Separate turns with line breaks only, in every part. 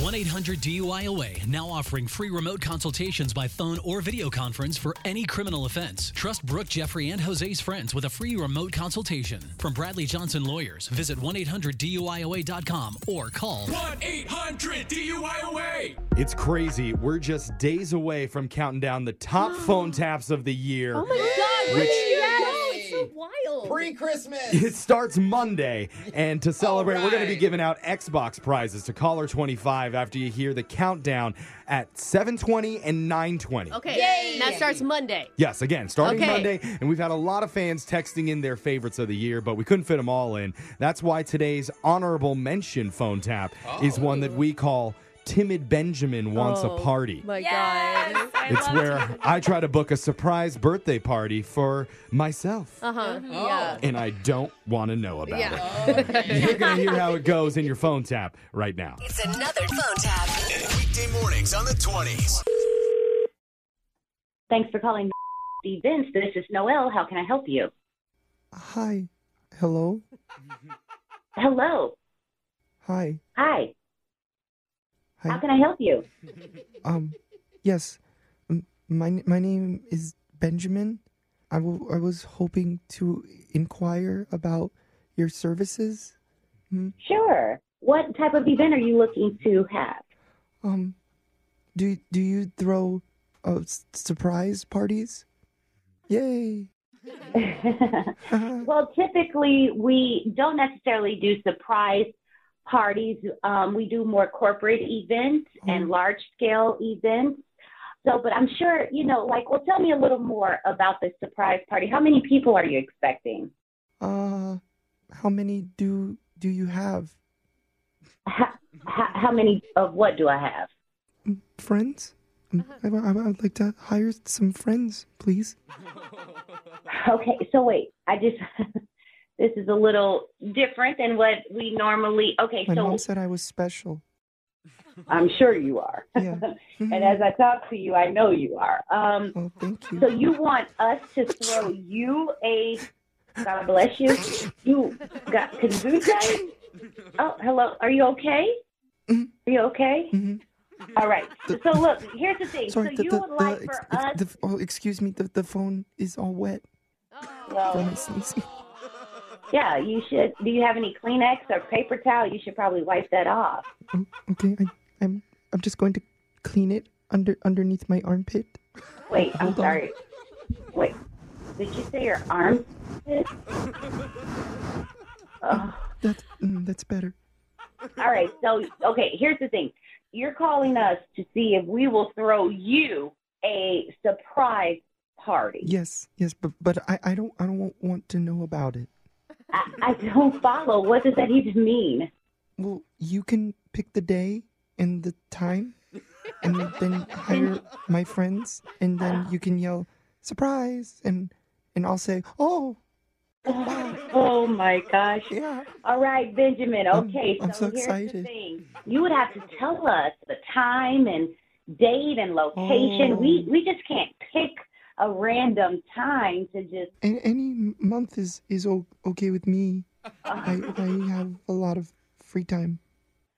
1 800 DUIOA now offering free remote consultations by phone or video conference for any criminal offense. Trust Brooke, Jeffrey, and Jose's friends with a free remote consultation. From Bradley Johnson Lawyers, visit 1 800 DUIOA.com or call
1 800 DUIOA.
It's crazy. We're just days away from counting down the top phone taps of the year.
Oh my god, where
Which-
did you go? It's so wild.
Pre Christmas.
It starts Monday, and to celebrate, we're going to be
right.
giving out Xbox prizes to caller 25 after you hear the countdown at 7:20 and 9:20.
okay,
Yay.
that starts Monday.
Yes, again, starting
Okay.
Monday, and we've had a lot of fans texting in their favorites of the year, but we couldn't fit them all in. That's why today's honorable mention phone tap is one that we call "Timid Benjamin Wants
Oh,
a Party."
My god.
It's where I try to book a surprise birthday party for myself.
Uh-huh.
Uh huh. Yeah.
And I don't want to know about
Yeah.
it. You're going to hear how it goes in your phone tap right now.
It's another phone tap.
Weekday mornings on the 20s.
Thanks for calling events. This is Noelle. How can I help you?
Hi. Hello.
Hello.
Hi.
Hi.
Hi.
How can I help you?
Um. Yes. M- My my name is Benjamin. I wa- I was hoping to inquire about your services.
Sure. What type of event are you looking to have?
Um. Do do you throw uh, s- surprise parties? Yay.
well, typically we don't necessarily do surprise parties. Um, we do more corporate events
Mm-hmm.
and large scale events. So, but I'm sure you know. Like, well, tell me a little more about this surprise party. How many people are you expecting?
Uh. How many do do you have?
How,
Mm-hmm.
how, how many of what do I have?
Friends? Um,
Uh-huh.
I, I, I would like to hire some friends, please.
Okay, so wait, I just this is a little different than what we normally. Okay,
My
so
mom said I was special.
I'm sure you are,
Yeah. Mm-hmm.
and as I talk to you, I know you are. Um,
Oh, thank
so you
you.
want us to throw you a God bless you. You got kombucha? Oh, hello. Are you okay?
Mm-hmm.
Are you okay?
Mhm.
All right. So look, here's the thing.
Sorry,
so
the,
you
the,
would
the,
like
ex-
for
ex-
us.
the, oh, excuse me, the, the phone is all wet
well,
from my sneezing.
Yeah, you should. Do you have any Kleenex or paper towel? You should probably wipe that off.
Oh, okay, I, I'm I'm just going to clean it under underneath my armpit.
Wait, I'm
Hold on.
sorry. Wait, did you say your arm?
That mm, that's better.
All right, so, okay, here's the thing. You're calling us to see if we will throw you a surprise party.
Yes, yes, but but I, I don't I don't want to know about it.
I, I don't follow. What does that even mean?
Well, you can pick the day and the time, and then hire my friends, and then you can yell surprise, and and I'll say oh
Oh my gosh.
yeah.
All right, Benjamin.
I'm-
Okay,
I'm
so,
so
here's the
excited.
thing. You would have to tell us the time and date and location.
Oh.
We we just can't pick a random time to just
And any m- month is is o- okay with me. I I have a lot of free time.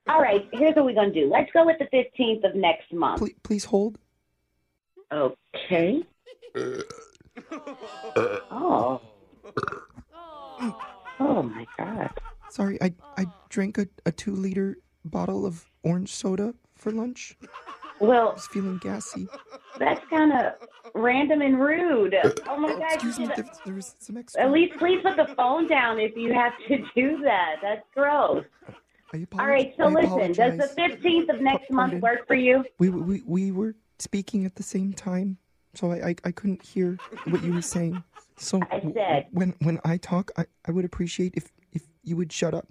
All right, here's what we're going to do. Let's go with the 15th of next month.
Please, please hold.
Okay.
Uh,
Oh. Oh my god.
Sorry, I I drank a, a two liter bottle of orange soda for lunch. I
Well,
was feeling gassy.
that's kind of random and rude. Oh my god.
Excuse me,
you should-
there, there was some extra.
At least please put the phone down if you have to do that. That's gross.
I apologize.
All right, so
I
listen, does
apologize.
the 15th of next month
Pardon.
work for you?
We, were- we we were speaking at the same time, so I I, I couldn't hear what you were saying. So
I
w-
said-
when when I talk, I, I would appreciate if if you would shut up.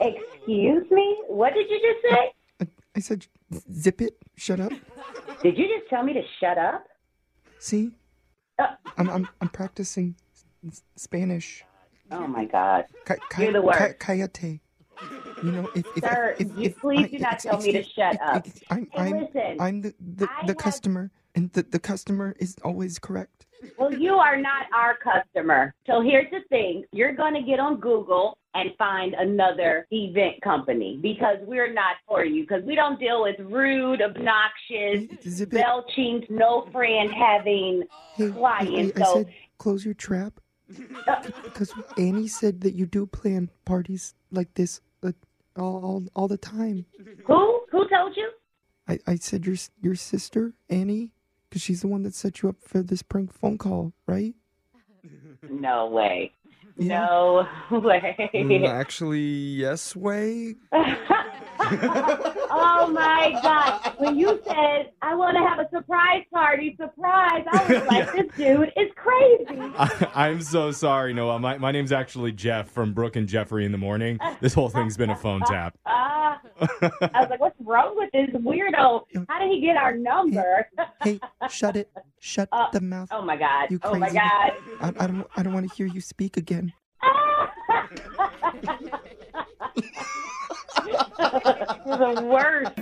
Excuse me? What did you just say?
I, I said zip it, shut up.
Did you just tell me to shut up?
See,
Uh.
I'm I'm I'm practicing s- Spanish.
Oh my God.
Ca- ca-
You're the worst.
ca- Cayete. You know, if, if,
Sir,
if,
you
if
please
I-
do not
ex-
tell me to
excuse-
shut
ex-
up.
ex- I'm,
Hey,
I'm,
listen,
I'm the, the,
I
the
have-
customer, and the, the customer is always correct.
Well, you are not our customer. So here's the thing you're going to get on Google and find another event company because we're not for you because we don't deal with rude, obnoxious,
Zip it.
belching, no friend having
Hey,
clients.
I, I
So
said close your trap because Annie said that you do plan parties like this uh, all, all all the time. Oh.
who? Who told you?
I, I said your s- your sister Annie because she's the one that set you up for this prank phone call, right?
No way.
Yeah.
No way.
Mm, actually, yes way.
Oh my God. When you said, I want to have a surprise party, surprise, I was like, this dude is crazy.
I, am so sorry, Noel. My, my name's actually Jeff from Brooke and Jeffrey in the Morning. This whole thing's been a phone tap.
Ah. I was like, what's wrong with this weirdo? How did he get our number?
Hey, shut it, shut the mouth.
Oh my God.
You
Oh my
crazy.
God.
I, I don't I don't want to hear you speak again.
You're the worst.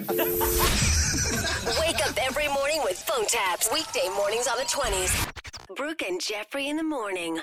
Wake up every morning with phone taps. Weekday mornings on the 20s. Brooke and Jeffrey in the morning.